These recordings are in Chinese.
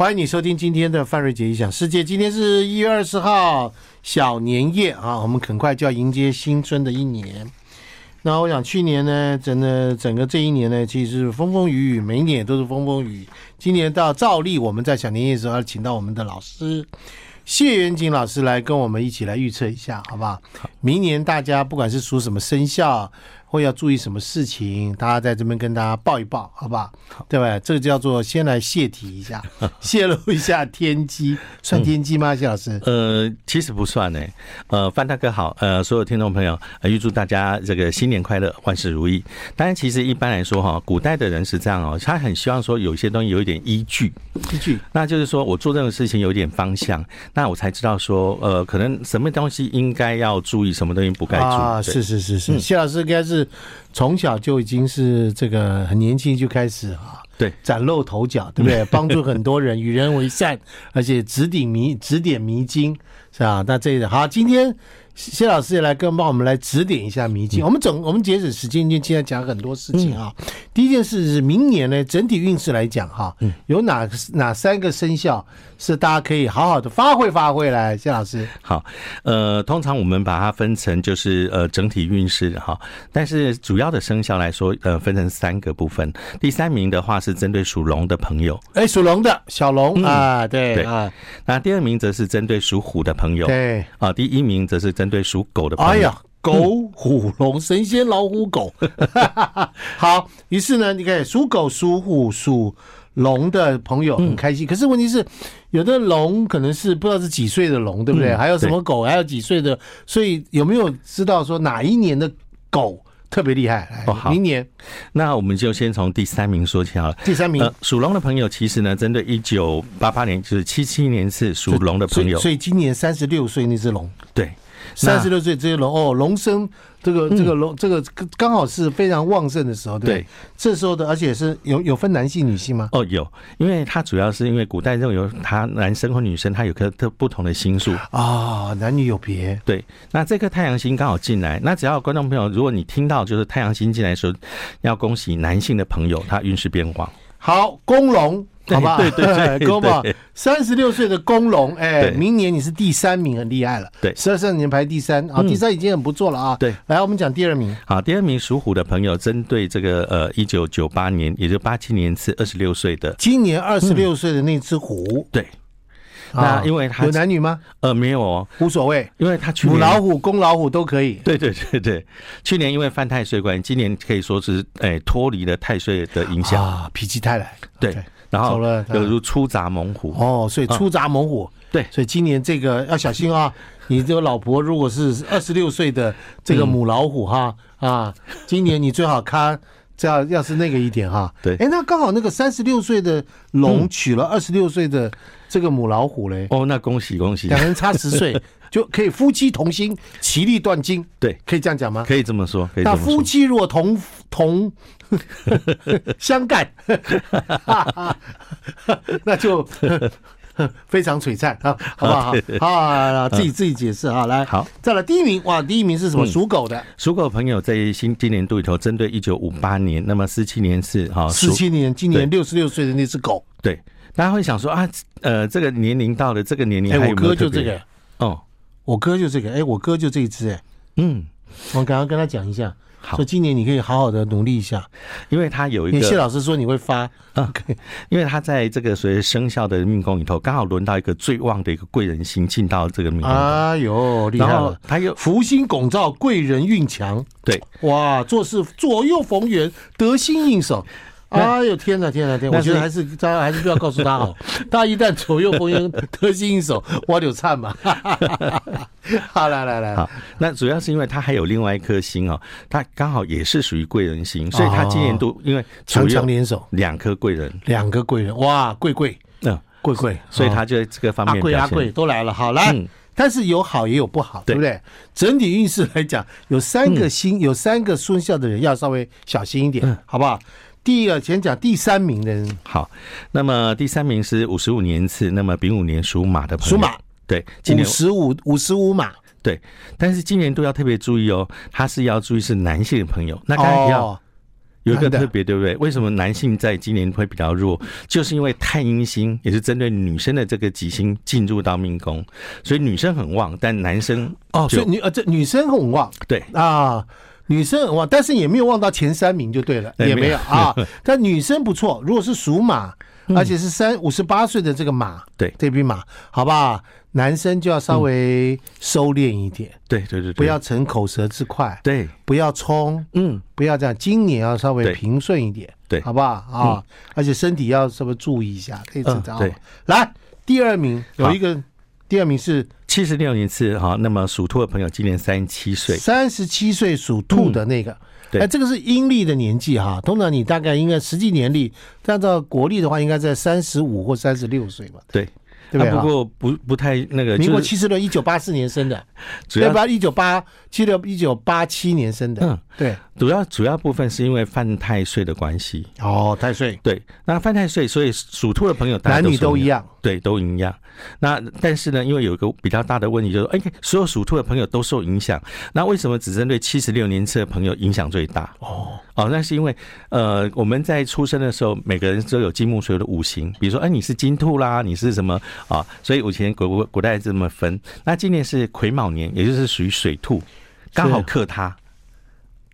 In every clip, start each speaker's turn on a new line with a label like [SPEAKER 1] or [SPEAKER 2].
[SPEAKER 1] 欢迎你收听今天的范瑞杰一想世界。今天是一月二十号小年夜啊，我们很快就要迎接新春的一年。那我想去年呢，整个整个这一年呢，其实是风风雨雨，每一年也都是风风雨雨。今年到照例我们在小年夜的时候，要请到我们的老师谢元景老师来跟我们一起来预测一下，好不好？明年大家不管是属什么生肖，或要注意什么事情，大家在这边跟大家报一报，好不好？对吧？这个叫做先来泄题一下，泄露一下天机，算天机吗？谢老师？
[SPEAKER 2] 呃，其实不算呢。呃，范大哥好，呃，所有听众朋友，呃，预祝大家这个新年快乐，万事如意。当然，其实一般来说哈，古代的人是这样哦，他很希望说有一些东西有一点依据，
[SPEAKER 1] 一句
[SPEAKER 2] 那就是说我做这种事情有一点方向，那我才知道说，呃，可能什么东西应该要注意，什么东西不该注意。
[SPEAKER 1] 啊，
[SPEAKER 2] 对
[SPEAKER 1] 是是是是，谢老师应该是从小就已经是这个很年轻就开始啊，
[SPEAKER 2] 对，
[SPEAKER 1] 崭露头角，对不 对？帮助很多人，与人为善，而且指点迷指点迷津，是吧？那这一点好，今天谢老师也来跟帮我们来指点一下迷津。我们总我们截止时间，就现在讲很多事情啊。第一件事是明年呢，整体运势来讲哈，有哪哪三个生肖是大家可以好好的发挥发挥来？谢老师，
[SPEAKER 2] 好，呃，通常我们把它分成就是呃整体运势哈，但是主要的生肖来说，呃，分成三个部分。第三名的话是针对属龙的朋友，
[SPEAKER 1] 哎，属龙的小龙、
[SPEAKER 2] 嗯
[SPEAKER 1] 啊，对
[SPEAKER 2] 对
[SPEAKER 1] 啊，
[SPEAKER 2] 那第二名则是针对属虎的朋友，
[SPEAKER 1] 对。
[SPEAKER 2] 啊，第一名则是针对属狗的朋友。
[SPEAKER 1] 哎呀，狗、虎、龙，神仙、老虎、狗。 好，于是呢，你看属狗、属虎、属龙的朋友很开心。可是问题是，有的龙可能是不知道是几岁的龙，对不对？
[SPEAKER 2] 嗯
[SPEAKER 1] 还有什么狗，还有几岁的，所以有没有知道说哪一年的狗特别厉害？来
[SPEAKER 2] 哦好
[SPEAKER 1] 明年
[SPEAKER 2] 那我们就先从第三名说起好了。
[SPEAKER 1] 第三名
[SPEAKER 2] 呃，属龙的朋友，其实呢，针对一九八八年，就是七七年是属龙的
[SPEAKER 1] 所
[SPEAKER 2] 朋
[SPEAKER 1] 以
[SPEAKER 2] 友，
[SPEAKER 1] 所以今年三十六岁那只龙。
[SPEAKER 2] 对，
[SPEAKER 1] 三十六岁这些龙哦，龙生这个这个龙、这个刚好是非常旺盛的时候，对不对
[SPEAKER 2] 嗯对
[SPEAKER 1] 这时候的，而且是有有分男性女性吗？
[SPEAKER 2] 哦，有，因为它主要是因为古代肉有它男生或女生，它有颗特不同的星数，哦
[SPEAKER 1] 啊、男女有别，
[SPEAKER 2] 对，那这颗太阳星刚好进来，那只要有观众朋友，如果你听到就是太阳星进来的时候，要恭喜男性的朋友，他运势变旺。
[SPEAKER 1] 好，公龙，
[SPEAKER 2] 对
[SPEAKER 1] 好吧，
[SPEAKER 2] 对对对对
[SPEAKER 1] 公吧，三十六岁的公龙，哎，
[SPEAKER 2] 对
[SPEAKER 1] 明年你是第三名，很厉害了，
[SPEAKER 2] 对
[SPEAKER 1] 十二三年排第三，啊，
[SPEAKER 2] 嗯
[SPEAKER 1] 第三已经很不错了啊，
[SPEAKER 2] 对，
[SPEAKER 1] 来，我们讲第二名，
[SPEAKER 2] 好，第二名属虎的朋友，针对这个呃一九九八年，也就八七年是二十六岁的，
[SPEAKER 1] 今年二十六岁的那只虎，
[SPEAKER 2] 对，
[SPEAKER 1] 啊
[SPEAKER 2] 嗯那因为他
[SPEAKER 1] 有男女吗？
[SPEAKER 2] 呃没有哦，
[SPEAKER 1] 无所谓，
[SPEAKER 2] 因为他去
[SPEAKER 1] 母
[SPEAKER 2] 年
[SPEAKER 1] 老虎、公老虎都可以，
[SPEAKER 2] 对对对对，去年因为犯太岁关系，今年可以说是哎脱离了太岁的影响，
[SPEAKER 1] 啊，否极泰来，
[SPEAKER 2] 对，然
[SPEAKER 1] 走
[SPEAKER 2] 后
[SPEAKER 1] 了嗯
[SPEAKER 2] 有如出闸猛虎，
[SPEAKER 1] 哦，所以出闸猛虎。
[SPEAKER 2] 对
[SPEAKER 1] 所以今年这个要小心啊！你这个老婆如果是二十六岁的这个母老虎哈、啊，今年你最好看，这要要是那个一点哈。
[SPEAKER 2] 对
[SPEAKER 1] 哎，那刚好那个三十六岁的龙娶了二十六岁的这个母老虎嘞，
[SPEAKER 2] 哦，那恭喜恭喜，
[SPEAKER 1] 两个人差十岁就可以夫妻同心，其利断金，
[SPEAKER 2] 对，
[SPEAKER 1] 可以这样讲吗？
[SPEAKER 2] 可以这么说，可以这
[SPEAKER 1] 那
[SPEAKER 2] 么说。
[SPEAKER 1] 夫妻如果同同相干，那就非常璀璨啊，好不 好？好好，好好自己自己解释啊，来，
[SPEAKER 2] 嗯好，嗯啊
[SPEAKER 1] 再来第一名，哇，第一名是什么？属狗的，
[SPEAKER 2] 属狗朋友在新今年度里头，针对一九五八年，那么四七年是哈
[SPEAKER 1] 十
[SPEAKER 2] 属
[SPEAKER 1] 七年，今年六十六岁的那只狗，
[SPEAKER 2] 对，大家会想说啊，呃，这个年龄到了这个年龄
[SPEAKER 1] 哎，
[SPEAKER 2] 还
[SPEAKER 1] 我
[SPEAKER 2] 有没
[SPEAKER 1] 哥
[SPEAKER 2] 有
[SPEAKER 1] 就
[SPEAKER 2] 特
[SPEAKER 1] 这
[SPEAKER 2] 别？
[SPEAKER 1] 个，
[SPEAKER 2] 哦，
[SPEAKER 1] 我哥就这个，哎，我哥就这一只，哎，
[SPEAKER 2] 嗯，
[SPEAKER 1] 我刚刚跟他讲一下，
[SPEAKER 2] 好
[SPEAKER 1] 说今年你可以好好的努力一下，
[SPEAKER 2] 因为他有一
[SPEAKER 1] 因为谢
[SPEAKER 2] 个，啊
[SPEAKER 1] 老师说你会发，
[SPEAKER 2] 因为他在这个所谓生肖的命宫里头，刚好轮到一个最旺的一个贵人星进到这个命宫，
[SPEAKER 1] 哎呦，厉害
[SPEAKER 2] 然后
[SPEAKER 1] 了，
[SPEAKER 2] 他又
[SPEAKER 1] 福星拱照，贵人运强。
[SPEAKER 2] 对，
[SPEAKER 1] 哇，做事左右逢源，得心应手。哎呦天哪，天哪，天哪！
[SPEAKER 2] 那
[SPEAKER 1] 我觉得
[SPEAKER 2] 是
[SPEAKER 1] 还是大家还是不要告诉他 好，他一旦左右逢源，得心应手，我就惨 嘛。好，来来来，
[SPEAKER 2] 好，那主要是因为他还有另外一颗星哦，他刚好也是属于贵人星，所以他今年度因为
[SPEAKER 1] 哦
[SPEAKER 2] 左
[SPEAKER 1] 强
[SPEAKER 2] 右
[SPEAKER 1] 强联手，
[SPEAKER 2] 两颗贵人，
[SPEAKER 1] 两个贵人，哇，贵贵
[SPEAKER 2] 嗯，
[SPEAKER 1] 贵贵，
[SPEAKER 2] 所以
[SPEAKER 1] 哦
[SPEAKER 2] 他就在这个方
[SPEAKER 1] 阿
[SPEAKER 2] 面
[SPEAKER 1] 贵
[SPEAKER 2] 表
[SPEAKER 1] 阿
[SPEAKER 2] 现
[SPEAKER 1] 贵都来了，好来。
[SPEAKER 2] 嗯
[SPEAKER 1] 但是有好也有不好，对
[SPEAKER 2] 对嗯
[SPEAKER 1] 不对？整体运势来讲，有三个星，有三个生肖的人要稍微小心一点，好不好？第一个先讲第三名的人，
[SPEAKER 2] 好，那么第三名是五十五年次，那么丙午年属马的朋友，
[SPEAKER 1] 属马，
[SPEAKER 2] 对，今
[SPEAKER 1] 五
[SPEAKER 2] 年
[SPEAKER 1] 十五五十五码，
[SPEAKER 2] 对，但是今年都要特别注意哦，他是要注意是男性的朋友，那刚才一样，
[SPEAKER 1] 哦
[SPEAKER 2] 有一个
[SPEAKER 1] 男的
[SPEAKER 2] 特别，对不对？为什么男性在今年会比较弱？就是因为太阴星也是针对女生的这个吉星进入到命宫，所以女生很旺，但男生
[SPEAKER 1] 哦，所以
[SPEAKER 2] 就
[SPEAKER 1] 女呃这女生很旺
[SPEAKER 2] 对
[SPEAKER 1] 啊，女生很旺，但是也没有旺到前三名就对了，
[SPEAKER 2] 哎
[SPEAKER 1] 也没
[SPEAKER 2] 没
[SPEAKER 1] 有
[SPEAKER 2] 有嗯
[SPEAKER 1] 啊。但女生不错，如果是属马，而且是三五十八岁的这个马，
[SPEAKER 2] 对
[SPEAKER 1] 这匹马，好不好？男生就要稍微收敛一点，
[SPEAKER 2] 对对对对，
[SPEAKER 1] 不要逞口舌之快，
[SPEAKER 2] 对，
[SPEAKER 1] 不要冲，
[SPEAKER 2] 嗯，
[SPEAKER 1] 不要这样。今年要稍微
[SPEAKER 2] 对
[SPEAKER 1] 平顺一点，
[SPEAKER 2] 对
[SPEAKER 1] 好不好啊？而且身体要稍微注意一下，这次
[SPEAKER 2] 嗯
[SPEAKER 1] 知道
[SPEAKER 2] 对
[SPEAKER 1] 吗？来，第二名有
[SPEAKER 2] 好
[SPEAKER 1] 一个，第二名是
[SPEAKER 2] 七十六年次哈，那么属兔的朋友今年三十七岁，
[SPEAKER 1] 三十七岁属兔的那个。
[SPEAKER 2] 嗯对
[SPEAKER 1] 哎，这个是阴历的年纪哈，通常你大概应该实际年历，按照国历的话，应该在三十五或三十六岁吧，
[SPEAKER 2] 对，
[SPEAKER 1] 对不对啊？
[SPEAKER 2] 啊不过不不太那个，
[SPEAKER 1] 民国
[SPEAKER 2] 就是
[SPEAKER 1] 七十六，一九八四年生的，
[SPEAKER 2] 主
[SPEAKER 1] 对
[SPEAKER 2] 要
[SPEAKER 1] 吧？一九八七六，一九八七年生的，
[SPEAKER 2] 嗯，
[SPEAKER 1] 对，
[SPEAKER 2] 主要主要部分是因为犯太岁的关系。
[SPEAKER 1] 哦，太岁，
[SPEAKER 2] 对，那犯太岁，所以属兔的朋友大家
[SPEAKER 1] 男女都
[SPEAKER 2] 是
[SPEAKER 1] 一样，
[SPEAKER 2] 对，都一样。那但是呢，因为有一个比较大的问题，就是哎，所有属兔的朋友都受影响。那为什么只针对七十六年次的朋友影响最大？
[SPEAKER 1] 哦，
[SPEAKER 2] 哦，那是因为呃，我们在出生的时候，每个人都有金木水火的五行，比如说，哎，你是金兔啦，你是什么啊？所以以前古古古代这么分。那今年是癸卯年，也就是属于水兔，刚好克它。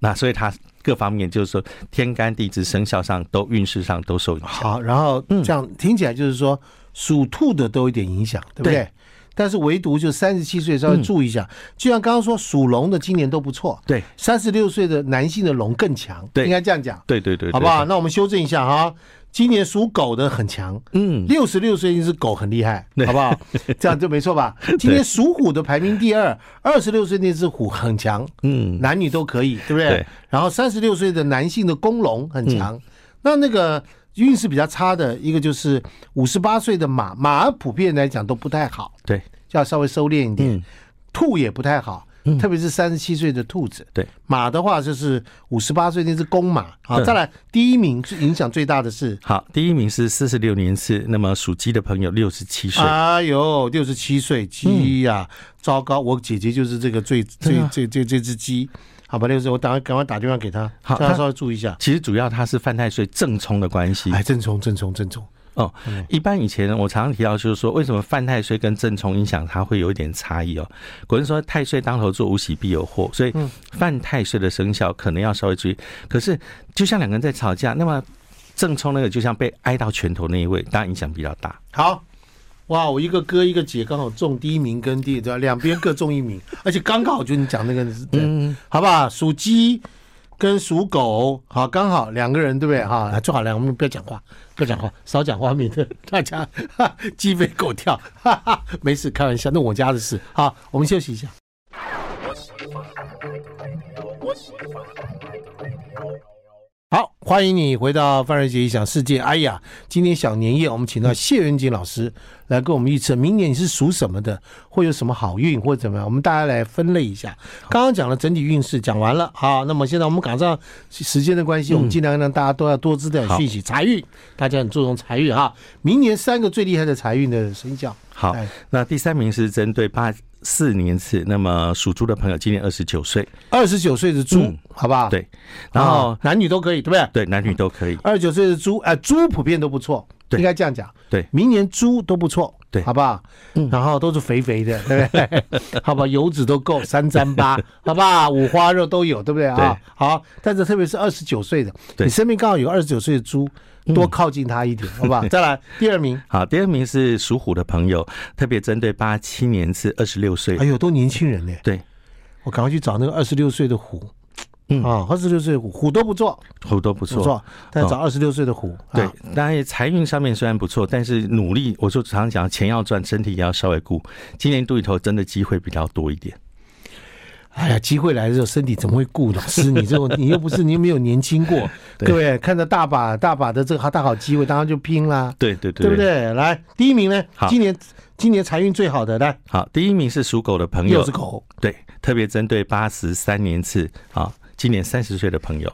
[SPEAKER 2] 那所以它各方面就是说，天干地支生肖上都运势上都受影响。
[SPEAKER 1] 好，然后
[SPEAKER 2] 嗯
[SPEAKER 1] 这样听起来就是说，属兔的都有点影响，对不对
[SPEAKER 2] 对？嗯
[SPEAKER 1] 但是唯独就三十七岁稍微注意一下，就像刚刚说，属龙的今年都不错，
[SPEAKER 2] 对
[SPEAKER 1] 三十六岁的男性的龙更强，
[SPEAKER 2] 对
[SPEAKER 1] 应该这样讲，
[SPEAKER 2] 对对对，对
[SPEAKER 1] 好不好？？那我们修正一下哈，今年属狗的很强，
[SPEAKER 2] 嗯，
[SPEAKER 1] 六十六岁一只狗很厉害，好不 好？这样就没错吧？今年属虎的排名第二，二十六岁那只虎很强，
[SPEAKER 2] 嗯，
[SPEAKER 1] 男女都可以，对不对？
[SPEAKER 2] 对嗯
[SPEAKER 1] 然后三十六岁的男性的公龙很强，那那个运势比较差的一个就是五十八岁的马，马儿普遍来讲都不太好，
[SPEAKER 2] 对
[SPEAKER 1] 就要稍微收敛一点。
[SPEAKER 2] 嗯
[SPEAKER 1] 兔也不太好，特别是三十七岁的兔子。
[SPEAKER 2] 对，
[SPEAKER 1] 马的话就是五十八岁那只公马。好，
[SPEAKER 2] 嗯
[SPEAKER 1] 再来第一名是影响最大的是，
[SPEAKER 2] 好，第一名是四十六年次，那么属鸡的朋友六十七岁，
[SPEAKER 1] 哎呦，六十七岁鸡呀、糟糕！我姐姐就是这个最最
[SPEAKER 2] 嗯真的啊
[SPEAKER 1] 最最这只鸡。好吧，六十，我打赶快打电话给她，
[SPEAKER 2] 好
[SPEAKER 1] 叫她
[SPEAKER 2] 她
[SPEAKER 1] 稍微注意一下。
[SPEAKER 2] 其实主要它是犯太岁正冲的关系
[SPEAKER 1] 哎，嗯正冲，正冲，正冲。
[SPEAKER 2] 哦。一般以前我常常提到，就是说为什么犯太岁跟正冲影响它会有一点差异哦。古人说太岁当头坐，无喜必有祸，所以
[SPEAKER 1] 嗯
[SPEAKER 2] 犯太岁的生肖可能要稍微注意。可是就像两个人在吵架，那么正冲那个就像被挨到拳头那一位，当然影响比较大。
[SPEAKER 1] 好，哇，我一个哥一个姐刚好中第一名跟第对吧？两边各中一名，而且刚好就你讲那个，对，好不好？属鸡跟属狗，好，刚好两个人对不对？哈、啊，最好两个人不要讲话，不要讲话，少讲话，免得大家哈鸡飞狗跳，哈哈，没事，开玩笑，那我家的事。好，我们休息一下。好，欢迎你回到范瑞杰异想世界。哎呀，今天小年夜，我们请到谢元景老师来跟我们预测明年你是属什么的，会有什么好运或者怎么样，我们大家来分类一下。刚刚讲了整体运势，讲完了好，那么现在我们赶上时间的关系，我们尽量让大家都要多知道有
[SPEAKER 2] 好
[SPEAKER 1] 讯息。财运，大家很注重财运哈。明年三个最厉害的财运的生肖，
[SPEAKER 2] 好
[SPEAKER 1] 哎，
[SPEAKER 2] 那第三名是针对八四年次，那么属猪的朋友今年二十九岁，
[SPEAKER 1] 二十九岁的猪，
[SPEAKER 2] 嗯
[SPEAKER 1] 好不好？
[SPEAKER 2] 对，
[SPEAKER 1] 啊，
[SPEAKER 2] 然后
[SPEAKER 1] 男女都可以，对不对？
[SPEAKER 2] 对，男女都可以。
[SPEAKER 1] 二十九岁的猪，哎、猪普遍都不错，
[SPEAKER 2] 对
[SPEAKER 1] 应该这样讲。
[SPEAKER 2] 对
[SPEAKER 1] 明年猪都不错，
[SPEAKER 2] 对
[SPEAKER 1] 好不好？然后都是肥肥的，对不对？好吧，油脂都够，三三八，好吧，五花肉都有，对不对啊
[SPEAKER 2] 对？
[SPEAKER 1] 好，但是特别是二十九岁的，
[SPEAKER 2] 对
[SPEAKER 1] 你身边刚好有二十九岁的猪，多靠近它一点，好不 好？再来第二名，
[SPEAKER 2] 好，第二名是属虎的朋友，特别针对八七年至二十六岁
[SPEAKER 1] 哎，呦，都年轻人呢，
[SPEAKER 2] 对，
[SPEAKER 1] 我赶快去找那个二十六岁的虎。
[SPEAKER 2] 嗯
[SPEAKER 1] 啊，二十六岁的虎虎都不错，
[SPEAKER 2] 虎都不
[SPEAKER 1] 不
[SPEAKER 2] 错。
[SPEAKER 1] 错，但找二十六岁的虎，
[SPEAKER 2] 对
[SPEAKER 1] 啊，
[SPEAKER 2] 当然财运上面虽然不错，但是努力，我就常常讲，钱要赚，身体也要稍微顾。今年肚里头真的机会比较多一点。
[SPEAKER 1] 哎呀，机会来的时候，身体怎么会顾？老师，你这种你又不是你又没有年轻过，
[SPEAKER 2] 对
[SPEAKER 1] 对不对？看着大把大把的这个大好机会，当然就拼啦，
[SPEAKER 2] 对对
[SPEAKER 1] 对不？对？来，第一名呢
[SPEAKER 2] 好，
[SPEAKER 1] 今年今年财运最好的，来
[SPEAKER 2] 好，第一名是属狗的朋
[SPEAKER 1] 又
[SPEAKER 2] 友
[SPEAKER 1] 是，狗，
[SPEAKER 2] 对，特别针对八十三年次啊，今年三十岁的朋友，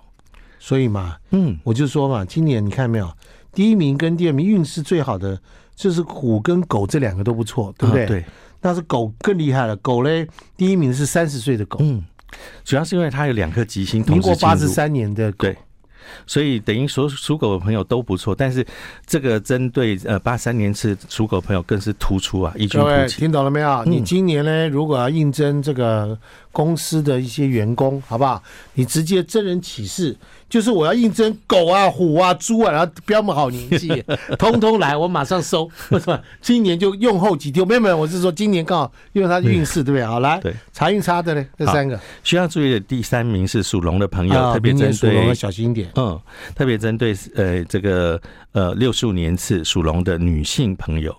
[SPEAKER 1] 所以嘛，
[SPEAKER 2] 嗯，
[SPEAKER 1] 我就说嘛，今年你看没有，第一名跟第二名运势最好的就是虎跟狗这两个都不错，对不对？
[SPEAKER 2] 啊对，
[SPEAKER 1] 但是狗更厉害了，狗嘞，第一名是三十岁的狗，
[SPEAKER 2] 嗯，主要是因为它有两颗吉星
[SPEAKER 1] 民
[SPEAKER 2] 同时
[SPEAKER 1] 国
[SPEAKER 2] 进入
[SPEAKER 1] 八十，三年的狗
[SPEAKER 2] 对，所以等于说属狗的朋友都不错，但是这个针对呃八三年是属狗朋友更是突出啊，异军
[SPEAKER 1] 各位
[SPEAKER 2] 突起。
[SPEAKER 1] 听懂了没有？
[SPEAKER 2] 嗯
[SPEAKER 1] 你今年呢，如果要应征这个公司的一些员工，好不好？你直接真人启事，就是我要应征狗啊、虎啊、猪啊，然后标们好年 纪，通通来，我马上收。为什么？今年就用后几天，没有没有，我是说今年刚好因为它运势，对不对？好，来
[SPEAKER 2] 对，
[SPEAKER 1] 财运差的呢，这
[SPEAKER 2] 好
[SPEAKER 1] 三个
[SPEAKER 2] 需要注意的第三名是属龙的朋友，
[SPEAKER 1] 啊
[SPEAKER 2] 特别
[SPEAKER 1] 明
[SPEAKER 2] 针
[SPEAKER 1] 年属龙
[SPEAKER 2] 对
[SPEAKER 1] 要小心一点。
[SPEAKER 2] 嗯，特别针对呃这个呃六十五年次属龙的女性朋友。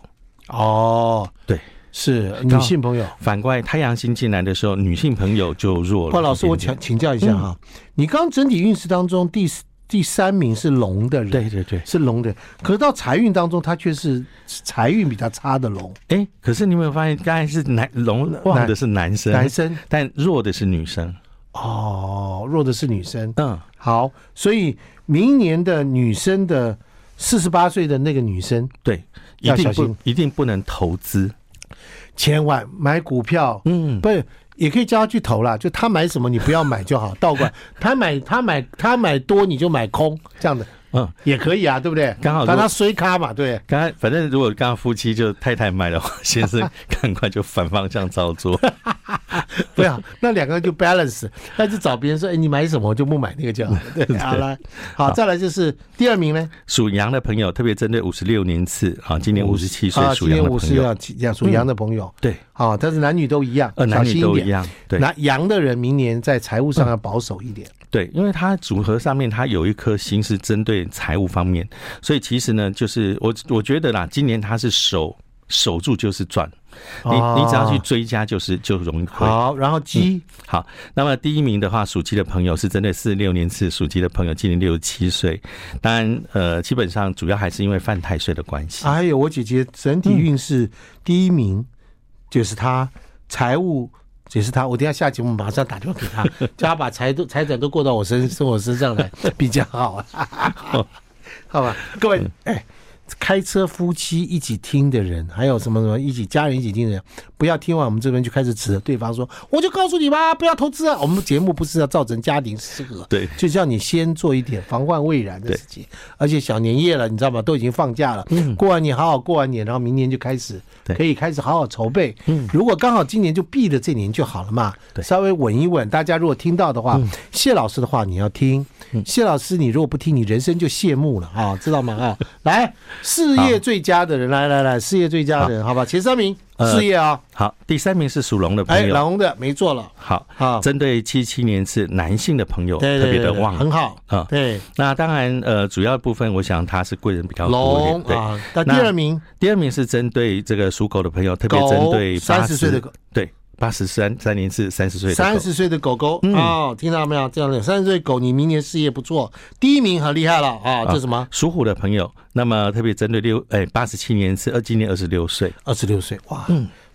[SPEAKER 1] 哦，
[SPEAKER 2] 对，
[SPEAKER 1] 是女性朋友。
[SPEAKER 2] 反过来，太阳星进来的时候，女性朋友就弱了。
[SPEAKER 1] 哇，老师，我请
[SPEAKER 2] 讲，
[SPEAKER 1] 请教一下
[SPEAKER 2] 嗯
[SPEAKER 1] 哈，你刚整体运势当中第四第三名是龙的人，
[SPEAKER 2] 对对对，
[SPEAKER 1] 是龙的，可是到财运当中，它却是财运比较差的龙，
[SPEAKER 2] 哎、可是你有没有发现，刚才是男龙旺的是男生，
[SPEAKER 1] 男生
[SPEAKER 2] 但弱的是女生。
[SPEAKER 1] 哦，弱的是女生。
[SPEAKER 2] 嗯，
[SPEAKER 1] 好，所以明年的女生的四十八岁的那个女生，
[SPEAKER 2] 对，一
[SPEAKER 1] 要
[SPEAKER 2] 定
[SPEAKER 1] 小心
[SPEAKER 2] 不一定不能投资。
[SPEAKER 1] 千万买股票，
[SPEAKER 2] 嗯，
[SPEAKER 1] 不是也可以叫她去投啦，就她买什么你不要买就好，倒过 来，她买她买她买多你就买空，这样的
[SPEAKER 2] 嗯，
[SPEAKER 1] 也可以啊，对不对？
[SPEAKER 2] 刚好
[SPEAKER 1] 但她衰咖嘛，对。
[SPEAKER 2] 刚才反正如果刚刚夫妻就太太买的话，先生赶快就反方向操作。
[SPEAKER 1] 对啊，那两个人就 balance，那就找别人说，哎，你买什么我就不买那个就 好了。对，好来，好，再来就是第二名呢，
[SPEAKER 2] 属羊的朋友，特别针对五十六年次啊，今年五十七岁
[SPEAKER 1] 啊，
[SPEAKER 2] 属
[SPEAKER 1] 今
[SPEAKER 2] 羊
[SPEAKER 1] 年
[SPEAKER 2] 的
[SPEAKER 1] 五
[SPEAKER 2] 朋
[SPEAKER 1] 十
[SPEAKER 2] 友，
[SPEAKER 1] 要讲属羊的朋友，
[SPEAKER 2] 对，
[SPEAKER 1] 好，但是男女都一样，
[SPEAKER 2] 呃，
[SPEAKER 1] 小
[SPEAKER 2] 男
[SPEAKER 1] 心
[SPEAKER 2] 女都
[SPEAKER 1] 点
[SPEAKER 2] 一。样，对嗯
[SPEAKER 1] 那羊的人明年在财务上要保守一点，
[SPEAKER 2] 对，因为它组合上面它有一颗心是针对财务方面，所以其实呢，就是我我觉得啦，今年它是守守住就是赚，你你只要去
[SPEAKER 1] 哦
[SPEAKER 2] 追加就是就容易亏。
[SPEAKER 1] 好，然后鸡
[SPEAKER 2] 好，那么第一名的话，属鸡的朋友是针对四十六年次属鸡的朋友，今年六十七岁。当然，呃，基本上主要还是因为犯太岁的关系。
[SPEAKER 1] 啊还有我姐姐整体运势第一名就是她，财务也是她。我等一下下节目马上打电话给她，叫她把财都财产都过到我身生我身上来比较好啊， 好吧？各位，哎，开车夫妻一起听的人，还有什么什么一起家人一起听的人，不要听完我们这边就开始指着对方说，我就告诉你吧，不要投资啊！我们节目不是要造成家庭失和，
[SPEAKER 2] 对
[SPEAKER 1] 就叫你先做一点防患未然的事情。而且小年夜了，你知道吗？都已经放假了，过完年好好过完年，然后明年就开始
[SPEAKER 2] 嗯对嗯
[SPEAKER 1] 可以开始好好筹备。如果刚好今年就避了这年就好了嘛，
[SPEAKER 2] 对嗯
[SPEAKER 1] 稍微稳一稳。大家如果听到的话，谢老师的话你要听，谢老师你如果不听，你人生就谢幕了啊，知道吗？啊， 来，事业最佳的人，来来来，事业最佳的人，好吧，前三名
[SPEAKER 2] 呃
[SPEAKER 1] 事业啊，
[SPEAKER 2] 好，第三名是属龙的
[SPEAKER 1] 哎，
[SPEAKER 2] 朋
[SPEAKER 1] 老
[SPEAKER 2] 友。
[SPEAKER 1] 红的没做了，
[SPEAKER 2] 好，
[SPEAKER 1] 啊，
[SPEAKER 2] 针对七七年次男性的朋友
[SPEAKER 1] 对
[SPEAKER 2] 特
[SPEAKER 1] 对
[SPEAKER 2] 别
[SPEAKER 1] 对
[SPEAKER 2] 的
[SPEAKER 1] 对，
[SPEAKER 2] 旺
[SPEAKER 1] 很好
[SPEAKER 2] 啊
[SPEAKER 1] 对，
[SPEAKER 2] 那当然，呃，主要部分我想他是贵人比较多一
[SPEAKER 1] 龙
[SPEAKER 2] 点。对，
[SPEAKER 1] 啊，那第
[SPEAKER 2] 那
[SPEAKER 1] 二名
[SPEAKER 2] 第二名是针对这个属狗的朋友，特别针
[SPEAKER 1] 狗
[SPEAKER 2] 对
[SPEAKER 1] 三十
[SPEAKER 2] 80
[SPEAKER 1] 岁的狗。
[SPEAKER 2] 对八十三三年至三十岁的狗嗯
[SPEAKER 1] 三十岁的狗狗啊、哦，听到没有？这样的三十岁狗，你明年事业不错，第一名很厉害了啊！这什么？
[SPEAKER 2] 属虎的朋友，那么特别针对六哎八十七年是二今年二十六岁，嗯
[SPEAKER 1] 二十六岁哇！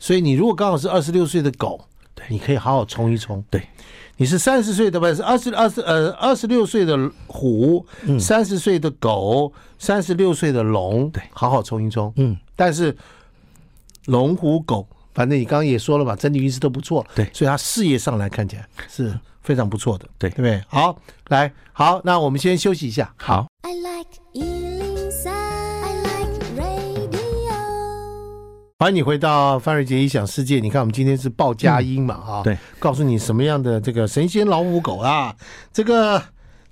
[SPEAKER 1] 所以你如果刚好是二十六岁的狗，你可以好好冲一冲。
[SPEAKER 2] 对，
[SPEAKER 1] 你是三十岁的不是二十二十呃二十六岁的虎，
[SPEAKER 2] 嗯
[SPEAKER 1] 三十岁的狗，三十六岁的龙，
[SPEAKER 2] 对
[SPEAKER 1] 好好冲一冲。
[SPEAKER 2] 嗯，
[SPEAKER 1] 但是龙虎狗，反正你刚刚也说了嘛，整体运势都不错，
[SPEAKER 2] 对
[SPEAKER 1] 所以他事业上来看起来是非常不错的，
[SPEAKER 2] 对
[SPEAKER 1] 对不对？好，来，好，那我们先休息一下。
[SPEAKER 2] 好。
[SPEAKER 3] I like Ealing Sound. I like radio.
[SPEAKER 1] 欢迎你回到范瑞杰异想世界。你看，我们今天是报佳音嘛，啊、
[SPEAKER 2] 嗯对，
[SPEAKER 1] 告诉你什么样的这个神仙老虎狗啊，这个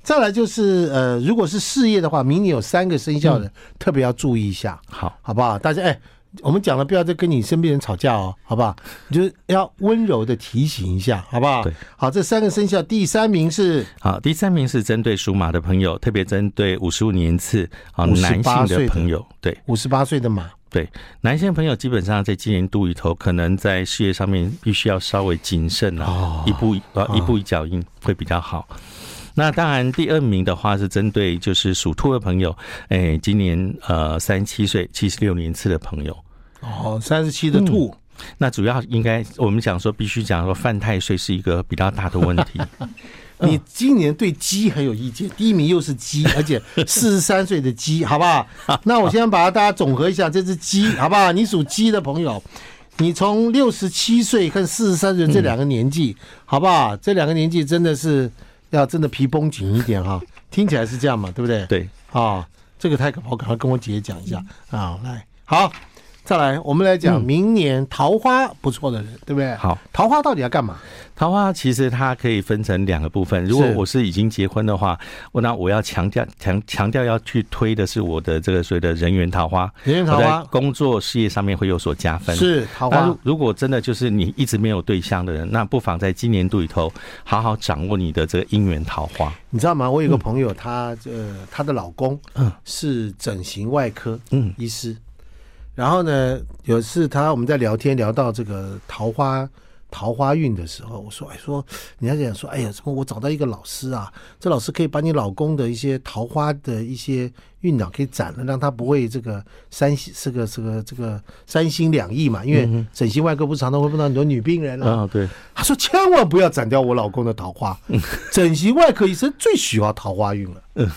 [SPEAKER 1] 再来就是呃，如果是事业的话，明年有三个生
[SPEAKER 2] 嗯
[SPEAKER 1] 肖的、特别要注意一下，
[SPEAKER 2] 好，
[SPEAKER 1] 好不好？大家哎，我们讲了，不要再跟你身边人吵架哦，好不好？你就是要温柔的提醒一下，好不好
[SPEAKER 2] 对？
[SPEAKER 1] 好，这三个生肖，第三名是
[SPEAKER 2] 好，第三名是针对属马的朋友，特别针对五十五年次啊
[SPEAKER 1] 58
[SPEAKER 2] 男性的朋友，对
[SPEAKER 1] 五十八岁的马，
[SPEAKER 2] 对，男性朋友基本上在今年度里头，可能在事业上面必须要稍微谨慎啊，一步一啊一步一脚印会比较好。那当然，第二名的话是针对就是属兔的朋友，哎，今年呃三十七岁、七十六年次的朋友，
[SPEAKER 1] 哦，三十七的
[SPEAKER 2] 嗯
[SPEAKER 1] 兔。
[SPEAKER 2] 那主要应该我们讲说，必须讲说犯太岁是一个比较大的问 题。
[SPEAKER 1] 你今年对鸡很有意见，第一名又是鸡，而 且四十三岁的鸡，好不好？那我先把大家总合一下这只鸡，好不好？你属鸡的朋友，你从嗯六十七岁跟四十三岁这两个年纪，好不好？这两个年纪真的是要真的皮绷紧一点哈、听起来是这样嘛，对不对？
[SPEAKER 2] 对，
[SPEAKER 1] 啊、这个太可怕，我赶快跟我姐姐讲一下啊、来，好，再来，我们来讲明年桃花不错的人，对不对？，
[SPEAKER 2] 好。
[SPEAKER 1] 桃花到底要干嘛？
[SPEAKER 2] 桃花其实它可以分成两个部分。如果
[SPEAKER 1] 是
[SPEAKER 2] 我是已经结婚的话，我那我要强调强强调要去推的是我的这个所谓的人缘桃花，
[SPEAKER 1] 人缘桃
[SPEAKER 2] 我在
[SPEAKER 1] 花
[SPEAKER 2] 工作事业上面会有所加分。。
[SPEAKER 1] 是桃
[SPEAKER 2] 那
[SPEAKER 1] 花
[SPEAKER 2] 如，如果真的就是你一直没有对象的人，那不妨在今年度里头好好掌握你的这个姻缘桃花。
[SPEAKER 1] 你知道吗？我有个朋友，她呃，她的老公是整形外科
[SPEAKER 2] 嗯
[SPEAKER 1] 医师，然后呢，有一次她我们在聊天聊到这个桃花桃花运的时候，我说哎说你要讲说哎呀什么我找到一个老师啊，这老师可以把你老公的一些桃花的一些运脑给斩了，让他不会这个三心这个这个这个三心两意嘛，因为整形外科不是常常会碰到很多女病人啊，
[SPEAKER 2] 嗯、对，
[SPEAKER 1] 他说千万不要斩掉我老公的桃花，整形外科医生最喜欢桃花运了。嗯，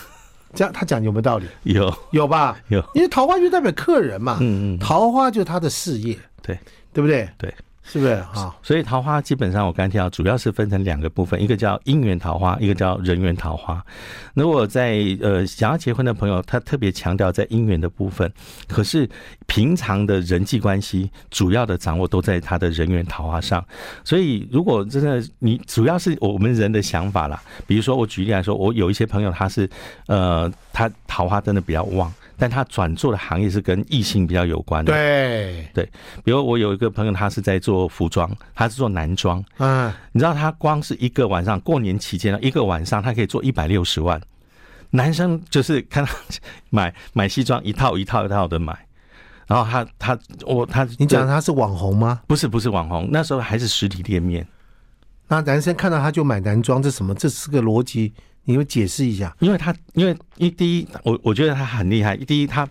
[SPEAKER 1] 这样他讲有没有道理？
[SPEAKER 2] 有，
[SPEAKER 1] 有吧？
[SPEAKER 2] 有
[SPEAKER 1] 因为桃花运代表客人嘛，
[SPEAKER 2] 嗯嗯
[SPEAKER 1] 桃花就是他的事业，
[SPEAKER 2] 对
[SPEAKER 1] 对不对？
[SPEAKER 2] 对。
[SPEAKER 1] 是不是啊？
[SPEAKER 2] 所以桃花基本上我刚才提到，主要是分成两个部分，一个叫姻缘桃花，一个叫人缘桃花。如果在呃想要结婚的朋友，他特别强调在姻缘的部分，可是平常的人际关系主要的掌握都在他的人缘桃花上。所以如果真的你主要是我们人的想法啦，比如说我举例来说，我有一些朋友他是呃他桃花真的比较旺，但他转做的行业是跟异性比较有关的。
[SPEAKER 1] 对，
[SPEAKER 2] 比如我有一个朋友，他是在做服装，他是做男装。
[SPEAKER 1] 嗯，
[SPEAKER 2] 你知道他光是一个晚上，过年期间呢，啊一个晚上他可以做一百六十万。男生就是看他买买西装一套一套一套的买，然后他他我他
[SPEAKER 1] 你讲他是网红吗？
[SPEAKER 2] 不是不是网红，那时候还是实体店面，
[SPEAKER 1] 那男生看到他就买男装，这什么？这是个逻辑，你们解释一下。
[SPEAKER 2] 因为他因为一第一，我我觉得他很厉害，第一他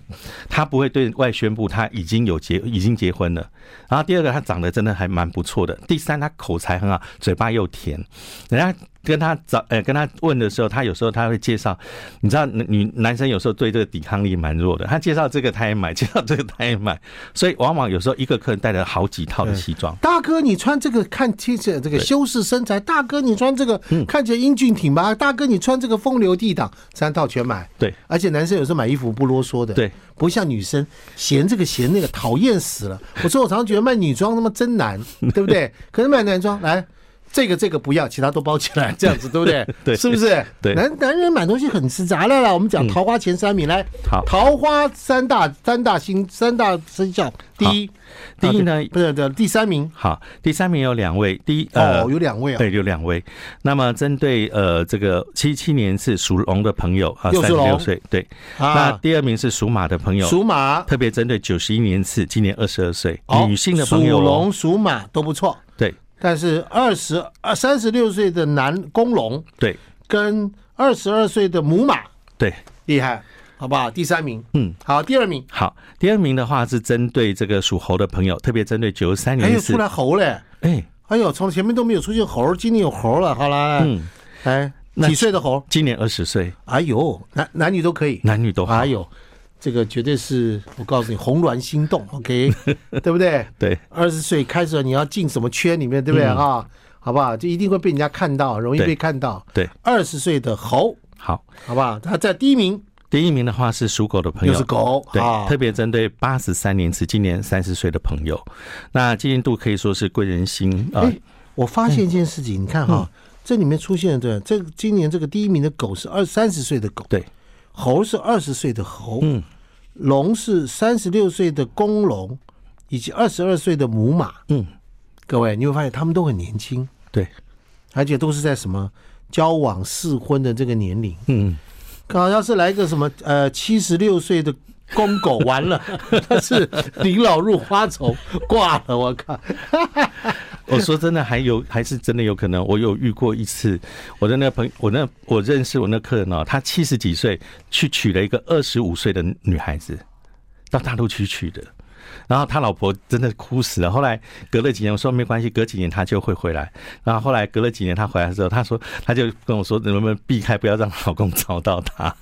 [SPEAKER 2] 他不会对外宣布他已经有结已经结婚了，然后第二个他长得真的还蛮不错的，第三他口才很好，嘴巴又甜，人家跟他找呃跟他问的时候，他有时候他会介绍，你知道女男生有时候对这个抵抗力蛮弱的，他介绍这个他也买，介绍这个他也买，所以往往有时候一个客人带了好几套的西装，
[SPEAKER 1] 大哥，你穿这个看起来这个修饰身材；大哥，你穿这个看起来英俊挺拔；大哥，你穿这个风流倜傥，三套全买。
[SPEAKER 2] 对，
[SPEAKER 1] 而且男生有时候买衣服不啰嗦的，
[SPEAKER 2] 对，
[SPEAKER 1] 不像女生嫌这个嫌那个，讨厌死了。 我说我常常觉得卖女装他妈真 难，对不对？可是卖男装来。这个这个不要，其他都包起来，这样子对不对？
[SPEAKER 2] 对
[SPEAKER 1] 是不是？
[SPEAKER 2] 对
[SPEAKER 1] 男男人买东西很复杂来了，我们讲桃花前三名，来，
[SPEAKER 2] 嗯好
[SPEAKER 1] 桃花三大三大星三大生肖，第一，
[SPEAKER 2] 第一
[SPEAKER 1] 啊
[SPEAKER 2] 呢
[SPEAKER 1] 对不是的第三名，
[SPEAKER 2] 好，第三名有两位，第一呃
[SPEAKER 1] 哦，有两位啊，
[SPEAKER 2] 对，有两位。那么针对呃这个七七年是属龙的朋友啊，
[SPEAKER 1] 又
[SPEAKER 2] 三
[SPEAKER 1] 是
[SPEAKER 2] 十
[SPEAKER 1] 龙
[SPEAKER 2] 六岁，对。那
[SPEAKER 1] 啊，
[SPEAKER 2] 第二名是属马的朋友，
[SPEAKER 1] 属马，
[SPEAKER 2] 特别针对九十一年次，今年二十二岁女性的朋友
[SPEAKER 1] 属
[SPEAKER 2] 哦，
[SPEAKER 1] 龙、属马都不错，
[SPEAKER 2] 对
[SPEAKER 1] 但是二十二、三十六岁的男公龙
[SPEAKER 2] 对
[SPEAKER 1] 跟二十二岁的母马
[SPEAKER 2] 对。
[SPEAKER 1] 厉害，好不好？第三名，
[SPEAKER 2] 嗯，
[SPEAKER 1] 好，第二名，
[SPEAKER 2] 好，第二名的话是针对这个属猴的朋友，特别针对九十三
[SPEAKER 1] 哎
[SPEAKER 2] 年
[SPEAKER 1] 呦，
[SPEAKER 2] 次
[SPEAKER 1] 出，来猴嘞，
[SPEAKER 2] 哎，
[SPEAKER 1] 哎呦，从前面都没有出现猴，今年有猴了，好啦，
[SPEAKER 2] 嗯，
[SPEAKER 1] 哎，
[SPEAKER 2] 那
[SPEAKER 1] 几岁的猴？
[SPEAKER 2] 今年二十岁，
[SPEAKER 1] 哎呦，男男女都可以，
[SPEAKER 2] 男女都好
[SPEAKER 1] 哎，呦，这个绝对是我告诉你，红鸾心动，OK，对 不对？
[SPEAKER 2] 对
[SPEAKER 1] 二十岁开始你要进什么圈里面，对不对啊？好不好？就一定会被人家看到，容易
[SPEAKER 2] 嗯对
[SPEAKER 1] 被看到。
[SPEAKER 2] 对，
[SPEAKER 1] 二十岁的猴，
[SPEAKER 2] 好。
[SPEAKER 1] 好不好？他在第一名
[SPEAKER 2] 第一名的话是属狗的朋友，
[SPEAKER 1] 又是狗，
[SPEAKER 2] 对
[SPEAKER 1] 啊，
[SPEAKER 2] 特别针对八十三年次，今年三十岁的朋友，那今年度可以说是贵人心啊、呃
[SPEAKER 1] 哎嗯我发现一件事情，你看哈，这里面出现的这个今年这个第一名的狗是二三十岁的狗，
[SPEAKER 2] 对，
[SPEAKER 1] 猴是二十岁的猴，嗯，龙是三十六岁的公龙，以及二十二岁的母马。
[SPEAKER 2] 嗯，
[SPEAKER 1] 各位你会发现他们都很年轻，
[SPEAKER 2] 对，
[SPEAKER 1] 而且都是在什么交往试婚的这个年龄。
[SPEAKER 2] 嗯，
[SPEAKER 1] 刚好要是来个什么呃七十六岁的公狗， 完了，他 是临老入花丛，挂了，我靠！
[SPEAKER 2] 我哦说真的，还有还是真的有可能。我有遇过一次，我的那个朋我那我认识我那客人哦，他七十几岁去娶了一个二十五岁的女孩子，到大陆去娶的。然后他老婆真的哭死了。后来隔了几年，我说没关系，隔几年他就会回来。然后后来隔了几年他回来之后，他说他就跟我说能不能避开，不要让老公找到她，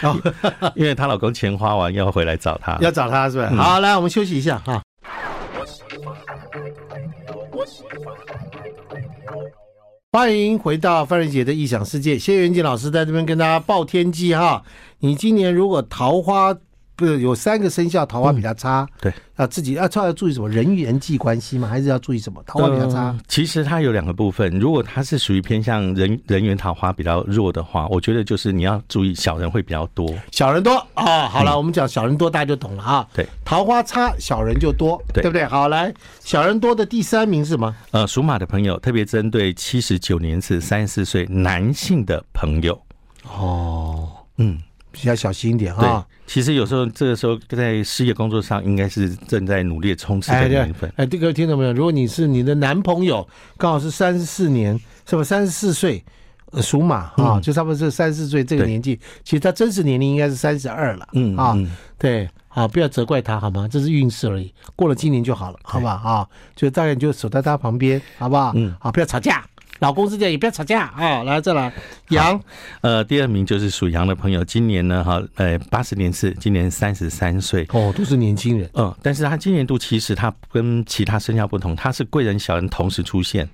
[SPEAKER 1] 然后
[SPEAKER 2] 因为她老公钱花完要回来找她。
[SPEAKER 1] 要找他是不是？
[SPEAKER 2] 嗯
[SPEAKER 1] 好，来我们休息一下哈。欢迎回到范瑞姐的异想世界，谢元杰老师在这边跟大家报天机哈。你今年如果桃花不是有三个生肖桃花比较差，
[SPEAKER 2] 嗯对，
[SPEAKER 1] 啊自己要要注意什么人与人际关系吗？还是要注意什么桃花比较差
[SPEAKER 2] 呃？其实它有两个部分，如果它是属于偏向人人缘桃花比较弱的话，我觉得就是你要注意小人会比较多。
[SPEAKER 1] 小人多啊、好了，我们讲小人多，大家就懂了啊。
[SPEAKER 2] 嗯对，
[SPEAKER 1] 桃花差，小人就多，
[SPEAKER 2] 对
[SPEAKER 1] 不对？好，来，小人多的第三名是什么？
[SPEAKER 2] 呃，属马的朋友特别针对七十九年至三十四岁男性的朋友，
[SPEAKER 1] 哦，
[SPEAKER 2] 嗯，
[SPEAKER 1] 比较小心一点
[SPEAKER 2] 对，
[SPEAKER 1] 啊。
[SPEAKER 2] 其实有时候这个时候在事业工作上，应该是正在努力冲刺的
[SPEAKER 1] 对
[SPEAKER 2] 年份，
[SPEAKER 1] 哎，这个听众朋友，如果你是你的男朋友，刚好是三十四年，是吧？三十四岁，呃属马啊，就差不多是三十四岁这个
[SPEAKER 2] 对
[SPEAKER 1] 年纪，其实他真实年龄应该是三十二了，
[SPEAKER 2] 嗯
[SPEAKER 1] 啊，
[SPEAKER 2] 嗯
[SPEAKER 1] 对，好，不要责怪他，好吗？这是运势而已，过了今年就好了，好不好啊？就大概你就守在他旁边，好不好？
[SPEAKER 2] 嗯，
[SPEAKER 1] 好，不要吵架，老公是这样，也不要吵架啊。来，再来，羊，
[SPEAKER 2] 呃，第二名就是属羊的朋友，今年呢，哈，呃，八十年是今年三十三岁。
[SPEAKER 1] 哦，都是年轻人
[SPEAKER 2] 嗯，但是他今年度其实他跟其他生肖不同，他是贵人小人同时出现。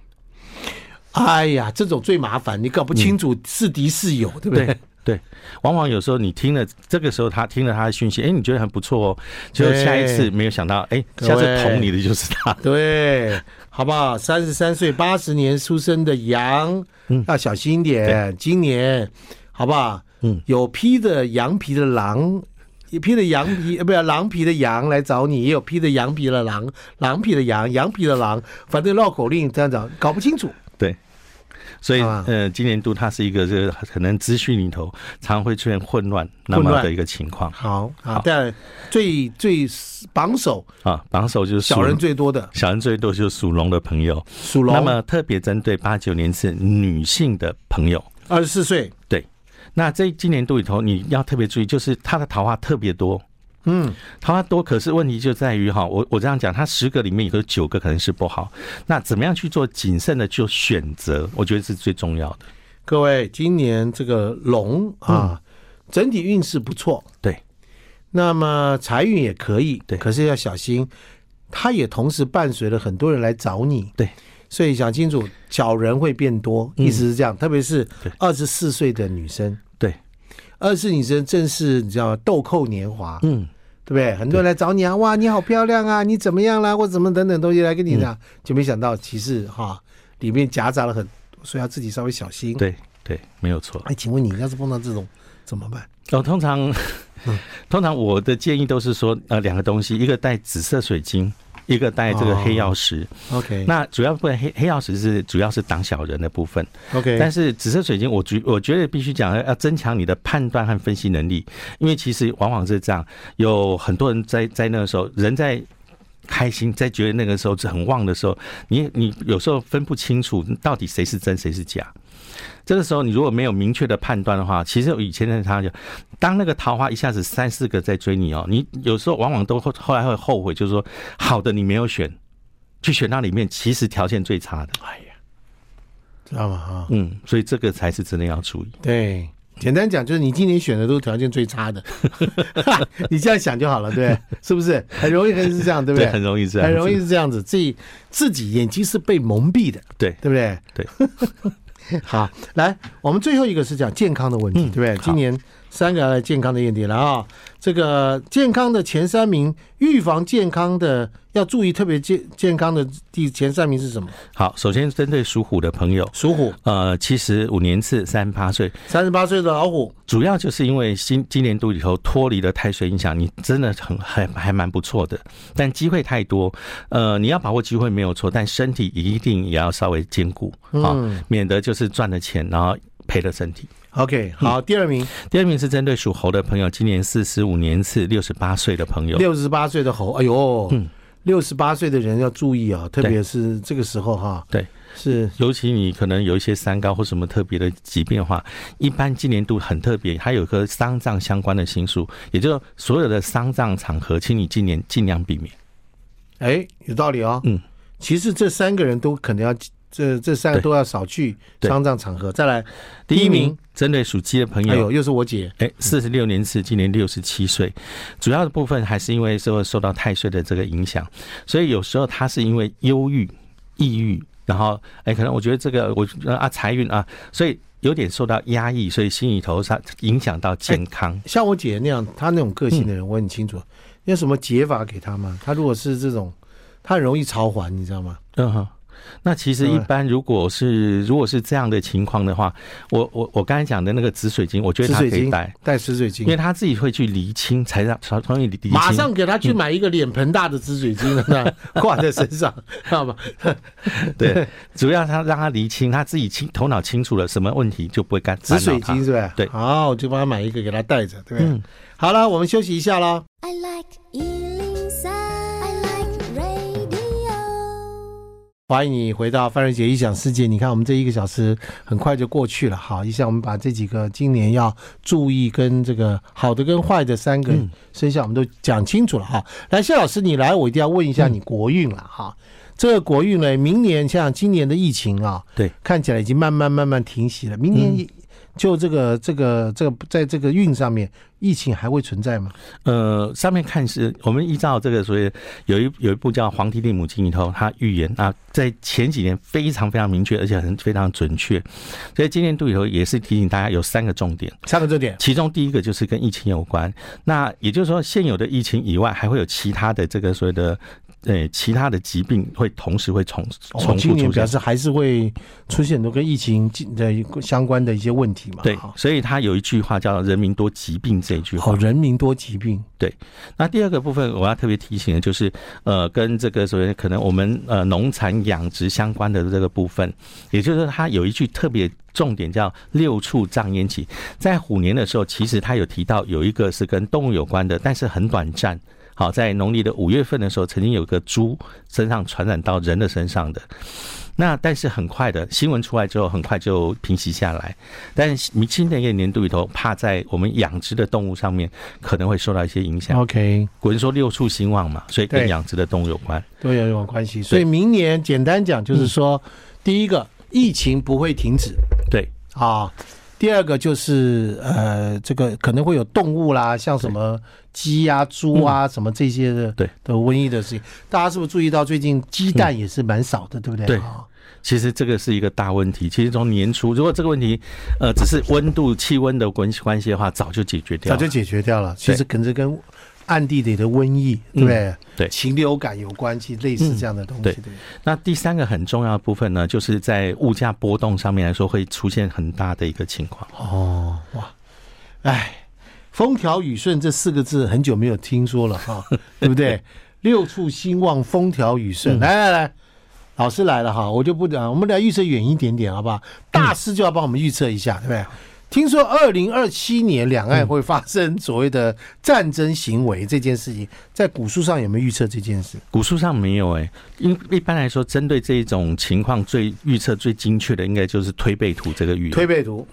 [SPEAKER 1] 哎呀，这种最麻烦，你搞不清楚是敌是友，对不对？
[SPEAKER 2] 嗯对，往往有时候你听了这个时候他听了他的讯息，哎、你觉得很不错哦，结果下一次
[SPEAKER 1] 对
[SPEAKER 2] 没有想到，哎、
[SPEAKER 1] 各
[SPEAKER 2] 下次
[SPEAKER 1] 位
[SPEAKER 2] 捅你的就是他。
[SPEAKER 1] 对，好不好？三十三岁八十年出生的羊，要小心一点。今年，好不好？
[SPEAKER 2] 嗯，
[SPEAKER 1] 有披着羊皮的狼，披着羊皮呃，不要狼皮的羊来找你，也有披着羊皮的狼，狼皮的羊，羊皮的狼，反正绕口令这样讲，搞不清楚。
[SPEAKER 2] 对，所以
[SPEAKER 1] 好吧
[SPEAKER 2] 呃，今年度它是一个这个可能资讯里头常会出现混乱那么的一个情况
[SPEAKER 1] 好啊
[SPEAKER 2] 好，
[SPEAKER 1] 但最最榜首
[SPEAKER 2] 啊。榜首就是属
[SPEAKER 1] 小人最多的
[SPEAKER 2] 小人最多就是属龙的朋友，
[SPEAKER 1] 属
[SPEAKER 2] 那
[SPEAKER 1] 龙，
[SPEAKER 2] 么特别针对八九年是女性的朋友。
[SPEAKER 1] 二十四岁，
[SPEAKER 2] 对，那这今年度里头你要特别注意，就是他的桃花特别多。
[SPEAKER 1] 嗯，
[SPEAKER 2] 桃花多，可是问题就在于哈，我我这样讲，它十个里面有九个可能是不好，那怎么样去做谨慎的就选择，我觉得是最重要的。
[SPEAKER 1] 各位，今年这个龙
[SPEAKER 2] 嗯
[SPEAKER 1] 啊，整体运势不错，
[SPEAKER 2] 对，
[SPEAKER 1] 那么财运也可以，
[SPEAKER 2] 对
[SPEAKER 1] 可是要小心，它也同时伴随了很多人来找你，
[SPEAKER 2] 对，
[SPEAKER 1] 所以想清楚，小人会变多，意思是这样，特别是
[SPEAKER 2] 嗯对
[SPEAKER 1] 二十四岁的女生，
[SPEAKER 2] 对，
[SPEAKER 1] 二十四女生正是你知道吗豆蔻年华，
[SPEAKER 2] 嗯，
[SPEAKER 1] 对不对？很多人来找你啊，哇，你好漂亮啊，你怎么样啦，或怎么等等东西来跟你讲，
[SPEAKER 2] 嗯
[SPEAKER 1] 就没想到其实哈里面夹杂了很，所以要自己稍微小心。，
[SPEAKER 2] 对对，没有错。
[SPEAKER 1] 哎，请问你要是碰到这种怎么办？
[SPEAKER 2] 哦，通常， 通常我的建议都是说，呃，两个东西，一个带紫色水晶，一个带这个黑曜石。
[SPEAKER 1] OK，
[SPEAKER 2] 那主要部分黑黑曜石是主要是挡小人的部分，
[SPEAKER 1] OK，
[SPEAKER 2] 但是紫色水晶我觉我觉得必须讲要增强你的判断和分析能力，因为其实往往是这样，有很多人在在那个时候人在。开心，在觉得那个时候是很旺的时候，你你有时候分不清楚到底谁是真谁是假。这个时候你如果没有明确的判断的话，其实以前的他就，当那个桃花一下子三四个在追你哦，你有时候往往都后后来会后悔，就是说好的你没有选，去选到里面其实条件最差的。哎呀，
[SPEAKER 1] 知道吗？啊，
[SPEAKER 2] 嗯，所以这个才是真的要注意。
[SPEAKER 1] 对，简单讲就是你今年选的都是条件最差 的，你这样想就好了，对，是不是？很容易很是这样，对不对？
[SPEAKER 2] 很容易这 样
[SPEAKER 1] 很
[SPEAKER 2] 子，
[SPEAKER 1] 容易是这样子，自己自己眼睛是被蒙蔽的，
[SPEAKER 2] 对
[SPEAKER 1] 对不对？
[SPEAKER 2] 对。
[SPEAKER 1] 好，来，我们最后一个是讲健康的问题，
[SPEAKER 2] 嗯
[SPEAKER 1] 对不对？
[SPEAKER 2] 好
[SPEAKER 1] 今年三个来健康的问题了啊。这个健康的前三名，预防健康的要注意特别健健康的第前三名是什么？
[SPEAKER 2] 好，首先针对属虎的朋友，
[SPEAKER 1] 属虎，
[SPEAKER 2] 呃，七十五年次三八岁，
[SPEAKER 1] 三十八岁的老虎，
[SPEAKER 2] 主要就是因为新今年度里头脱离了太岁影响，你真的很还还蛮不错的，但机会太多，呃，你要把握机会没有错，但身体一定也要稍微兼顾
[SPEAKER 1] 嗯
[SPEAKER 2] 啊，免得就是赚了钱然后赔了身体。
[SPEAKER 1] OK，好，
[SPEAKER 2] 嗯
[SPEAKER 1] 第二名
[SPEAKER 2] 第二名是针对属猴的朋友，今年四十五年次六十八岁的朋友，
[SPEAKER 1] 六十八岁的猴，哎呦，六十八岁的人要注意啊，特
[SPEAKER 2] 嗯对
[SPEAKER 1] 别是这个时候哈，
[SPEAKER 2] 对。
[SPEAKER 1] 是
[SPEAKER 2] 尤其你可能有一些三高或什么特别的疾病的话，一般今年度很特别，它有个丧葬相关的新数，也就是所有的丧葬场合，请你今年尽量避免。
[SPEAKER 1] 哎，有道理哦。
[SPEAKER 2] 嗯，
[SPEAKER 1] 其实这三个人都可能要，这这三个
[SPEAKER 2] 对
[SPEAKER 1] 都要少去
[SPEAKER 2] 对
[SPEAKER 1] 丧葬场合。再来，
[SPEAKER 2] 第
[SPEAKER 1] 第一
[SPEAKER 2] 一
[SPEAKER 1] 名
[SPEAKER 2] 名针对属鸡的朋
[SPEAKER 1] 哎呦，
[SPEAKER 2] 友，
[SPEAKER 1] 又是我姐，
[SPEAKER 2] 哎，四十六年次，今年六十七岁，主要的部分还是因为受受到太岁的这个影响，所以有时候他是因为忧郁、抑郁。然后哎，可能我觉得这个我呃啊财运啊，所以有点受到压抑，所以心里头它影响到健康。
[SPEAKER 1] 像我姐那样，她那种个性的人，我很清楚。有什么解法给她吗？她如果是这种，她很容易超还，你知道吗？
[SPEAKER 2] 嗯哼。那其实一般，如果是如果是这样的情况的话，我我我刚才讲的那个紫水晶，我觉
[SPEAKER 1] 紫
[SPEAKER 2] 得它可
[SPEAKER 1] 水
[SPEAKER 2] 以
[SPEAKER 1] 晶
[SPEAKER 2] 带，
[SPEAKER 1] 带紫水晶
[SPEAKER 2] 因为，他自己会去厘清，才让才从理厘清。
[SPEAKER 1] 马上给她去买一个脸盆大的紫水晶，让她挂在身上，知道吗？
[SPEAKER 2] 对，主要他让他厘清，他自己清头脑清楚了，什么问题就不会干
[SPEAKER 1] 紫
[SPEAKER 2] 烦
[SPEAKER 1] 水
[SPEAKER 2] 恼他
[SPEAKER 1] 晶。是不是？
[SPEAKER 2] 对
[SPEAKER 1] 好，我就帮她买一个给她带着，对不对？
[SPEAKER 2] 嗯
[SPEAKER 1] 好了，我们休息一下喽。
[SPEAKER 3] I like Ealing Sound. I like radio.
[SPEAKER 1] 欢迎你回到范瑞杰异想世界。你看，我们这一个小时很快就过去了。好，一下我们把这几个今年要注意跟这个好的跟坏的三个
[SPEAKER 2] 嗯
[SPEAKER 1] 生肖，我们都讲清楚了哈。来，谢老师，你来，我一定要问一下你国运了哈。这个国运呢，明年像今年的疫情啊，
[SPEAKER 2] 对，
[SPEAKER 1] 看起来已经慢慢慢慢停息了。明年就这个这个这个在这个运上面，疫情还会存在吗？
[SPEAKER 2] 呃，上面看是我们依照这个，所以有一有一部叫《黄帝内母经》里头，它预言啊，在前几年非常非常明确，而且很非常准确。所以今年度里头也是提醒大家有三个重点。
[SPEAKER 1] 三个重点，
[SPEAKER 2] 其中第一个就是跟疫情有关。那也就是说，现有的疫情以外，还会有其他的这个所谓的呃其他的疾病会同时会重
[SPEAKER 1] 哦，
[SPEAKER 2] 重
[SPEAKER 1] 今
[SPEAKER 2] 复
[SPEAKER 1] 年
[SPEAKER 2] 出
[SPEAKER 1] 表
[SPEAKER 2] 现。
[SPEAKER 1] 示还是会出现很多跟疫情进的相关的一些问题嘛？
[SPEAKER 2] 对
[SPEAKER 1] 哈，
[SPEAKER 2] 所以他有一句话叫“人民多疾病”这一句
[SPEAKER 1] 好，
[SPEAKER 2] 话。
[SPEAKER 1] 人民多疾病，
[SPEAKER 2] 那第二个部分我要特别提醒的就是，呃，跟这个所谓可能我们呃农产养殖相关的这个部分，也就是说它有一句特别重点叫“六畜障烟起”。在虎年的时候，其实它有提到有一个是跟动物有关的，但是很短暂。好，在农历的五月份的时候，曾经有个猪身上传染到人的身上的。那但是很快的新闻出来之后，很快就平息下来。但是新的一个年度里头，怕在我们养殖的动物上面可能会受到一些影响。
[SPEAKER 1] OK，
[SPEAKER 2] 古人说六畜兴旺嘛，所以跟
[SPEAKER 1] 对
[SPEAKER 2] 养殖的动物有关。
[SPEAKER 1] 都有有关系。所以明年简单讲就是说，
[SPEAKER 2] 嗯
[SPEAKER 1] 第一个疫情不会停止
[SPEAKER 2] 对，
[SPEAKER 1] 啊，第二个就是呃，这个可能会有动物啦，像什么鸡呀、猪啊、什么这些的
[SPEAKER 2] 嗯对嗯
[SPEAKER 1] 的瘟疫的事情，大家是不是注意到最近鸡蛋也是蛮少的，对不对？
[SPEAKER 2] 对
[SPEAKER 1] 啊
[SPEAKER 2] 其实这个是一个大问题。其实从年初，如果这个问题，呃，只是温度、气温的关关系的话，早就解决掉
[SPEAKER 1] 早
[SPEAKER 2] 了。
[SPEAKER 1] 就解决掉了。其实可能是跟暗地里的瘟疫，对不对？
[SPEAKER 2] 嗯对
[SPEAKER 1] 禽流感有关系，类似这样的东西。
[SPEAKER 2] 对
[SPEAKER 1] 不
[SPEAKER 2] 那第三个很重要的部分呢，就是在物价波动上面来说，会出现很大的一个情况。
[SPEAKER 1] 哦，哇，哎，风调雨顺这四个字很久没有听说了 哈，对不对？六畜兴旺，风调雨
[SPEAKER 2] 嗯
[SPEAKER 1] 顺。来来来，老师来了哈，我就不讲，我们来预测远一点点，好不
[SPEAKER 2] 嗯
[SPEAKER 1] 好？大师就要帮我们预测一下，对不对？听说二零二七年两岸会发生所谓的战争行为这件事情，在古书上有没有预测这件事？
[SPEAKER 2] 古书上没有哎、因一般来说，针对这种情况，最预测最精确的应该就是推背图这个预言
[SPEAKER 1] 推。背图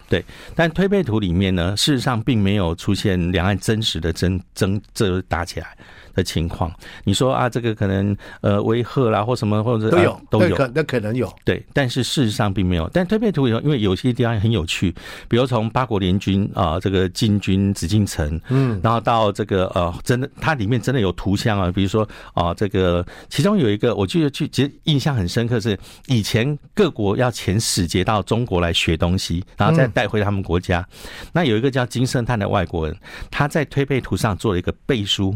[SPEAKER 2] 但推背图里面呢，事实上并没有出现两岸真实的争争这打起来的情况。你说啊，这个可能呃威吓啦，或什么，或者
[SPEAKER 1] 都
[SPEAKER 2] 啊
[SPEAKER 1] 有，
[SPEAKER 2] 都
[SPEAKER 1] 那
[SPEAKER 2] 有，
[SPEAKER 1] 可那可能有。
[SPEAKER 2] 对，但是事实上并没有。但推背图有，因为有些地方很有趣，比如从八国联军啊、这个进军紫禁城，
[SPEAKER 1] 嗯，
[SPEAKER 2] 然后到这个呃，真的它里面真的有图像啊，比如说啊、这个其中有一个，我记得去其实印象很深刻是以前各国要遣使节到中国来学东西，然后再
[SPEAKER 1] 嗯
[SPEAKER 2] 带回他们国家。那有一个叫金圣叹的外国人，他在推背图上做了一个背书。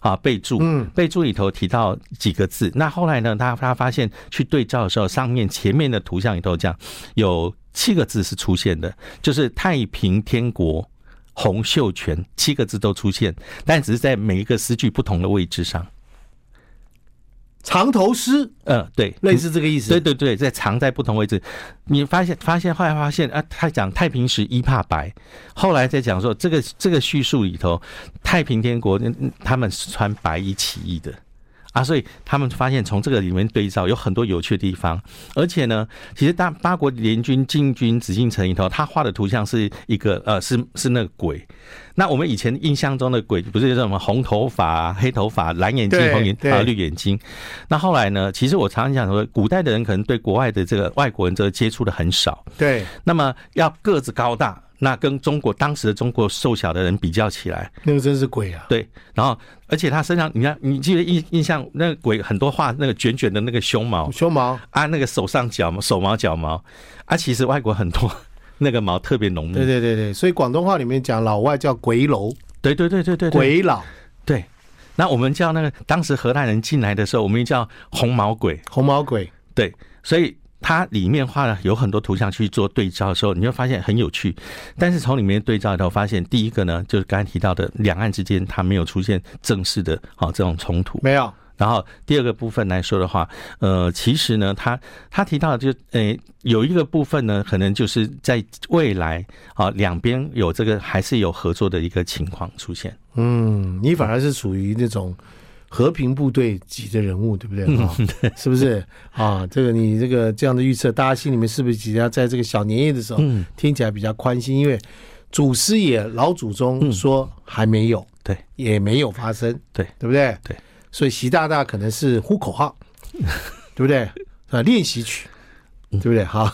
[SPEAKER 2] 啊，备注，
[SPEAKER 1] 嗯，
[SPEAKER 2] 备注里头提到几个字。那后来呢，他他发现去对照的时候，上面前面的图像里头讲有七个字是出现的，就是太平天国洪秀全七个字都出现，但只是在每一个诗句不同的位置上。
[SPEAKER 1] 长头诗
[SPEAKER 2] 呃，对，
[SPEAKER 1] 类似这个意思。
[SPEAKER 2] 对对对，在藏在不同位置，你发现发现后来发现啊，他讲太平时一怕白，后来在讲说这个这个叙述里头，太平天国嗯嗯他们是穿白衣起义的。啊，所以他们发现从这个里面对照有很多有趣的地方，而且呢，其实大八国联军进军紫禁城里头，他画的图像是一个呃，是是那个鬼。那我们以前印象中的鬼不是有什么红头发、啊黑头发、蓝眼睛、
[SPEAKER 1] 对
[SPEAKER 2] 红眼
[SPEAKER 1] 对
[SPEAKER 2] 啊、绿眼睛，那后来呢？其实我常常讲说，古代的人可能对国外的这个外国人这个接触的很少，
[SPEAKER 1] 对，
[SPEAKER 2] 那么要个子高大，那跟中国当时的中国瘦小的人比较起来，
[SPEAKER 1] 那个真是鬼啊！
[SPEAKER 2] 对，然后而且他身上，你看，你记得印印象那个鬼很多画那个卷卷的那个胸毛
[SPEAKER 1] 胸毛，
[SPEAKER 2] 啊，那个手上脚毛手毛脚毛啊，其实外国很多那个毛特别浓密
[SPEAKER 1] 对，对对对，所以广东话里面讲老外叫鬼楼、
[SPEAKER 2] 对对对对对对，
[SPEAKER 1] 鬼佬、
[SPEAKER 2] 对。那我们叫那个当时荷兰人进来的时候，我们叫红毛鬼，
[SPEAKER 1] 红毛鬼。
[SPEAKER 2] 对，所以它里面画了有很多图像去做对照的时候，你会发现很有趣。但是从里面对照里头发现，第一个呢，就是刚才提到的两岸之间它没有出现正式的啊、这种冲突。
[SPEAKER 1] 没有，
[SPEAKER 2] 然后第二个部分来说的话，呃，其实呢，他他提到的就诶、有一个部分呢，可能就是在未来啊两边有这个还是有合作的一个情况出现。
[SPEAKER 1] 嗯，你反而是属于那种和平部队级的人物，对不对？
[SPEAKER 2] 嗯
[SPEAKER 1] 哦、是不 是啊？这个你这个这样的预测，大家心里面是不是只要在这个小年夜的时候、
[SPEAKER 2] 嗯
[SPEAKER 1] 听起来比较宽心？因为祖师爷老祖宗
[SPEAKER 2] 嗯
[SPEAKER 1] 说还没有，
[SPEAKER 2] 对，
[SPEAKER 1] 也没有发生，
[SPEAKER 2] 对，
[SPEAKER 1] 对不对？
[SPEAKER 2] 对，
[SPEAKER 1] 所以习大大可能是呼口号， 对不对？啊，练习曲，
[SPEAKER 2] 嗯
[SPEAKER 1] 对不对？好。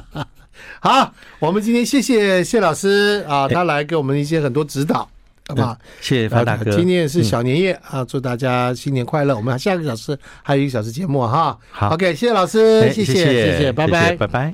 [SPEAKER 1] 好，我们今天谢谢谢老师啊，他来给我们一些很多指导，好不好？啊
[SPEAKER 2] 谢谢哎嗯发大哥，嗯
[SPEAKER 1] 今天也是小年夜、啊，祝大家新年快乐！我们下个小时还有一个小时节目哈。
[SPEAKER 2] 好
[SPEAKER 1] o k 谢谢老师，
[SPEAKER 2] 哎
[SPEAKER 1] 谢
[SPEAKER 2] 谢
[SPEAKER 1] 谢谢，拜拜。
[SPEAKER 2] 拜拜。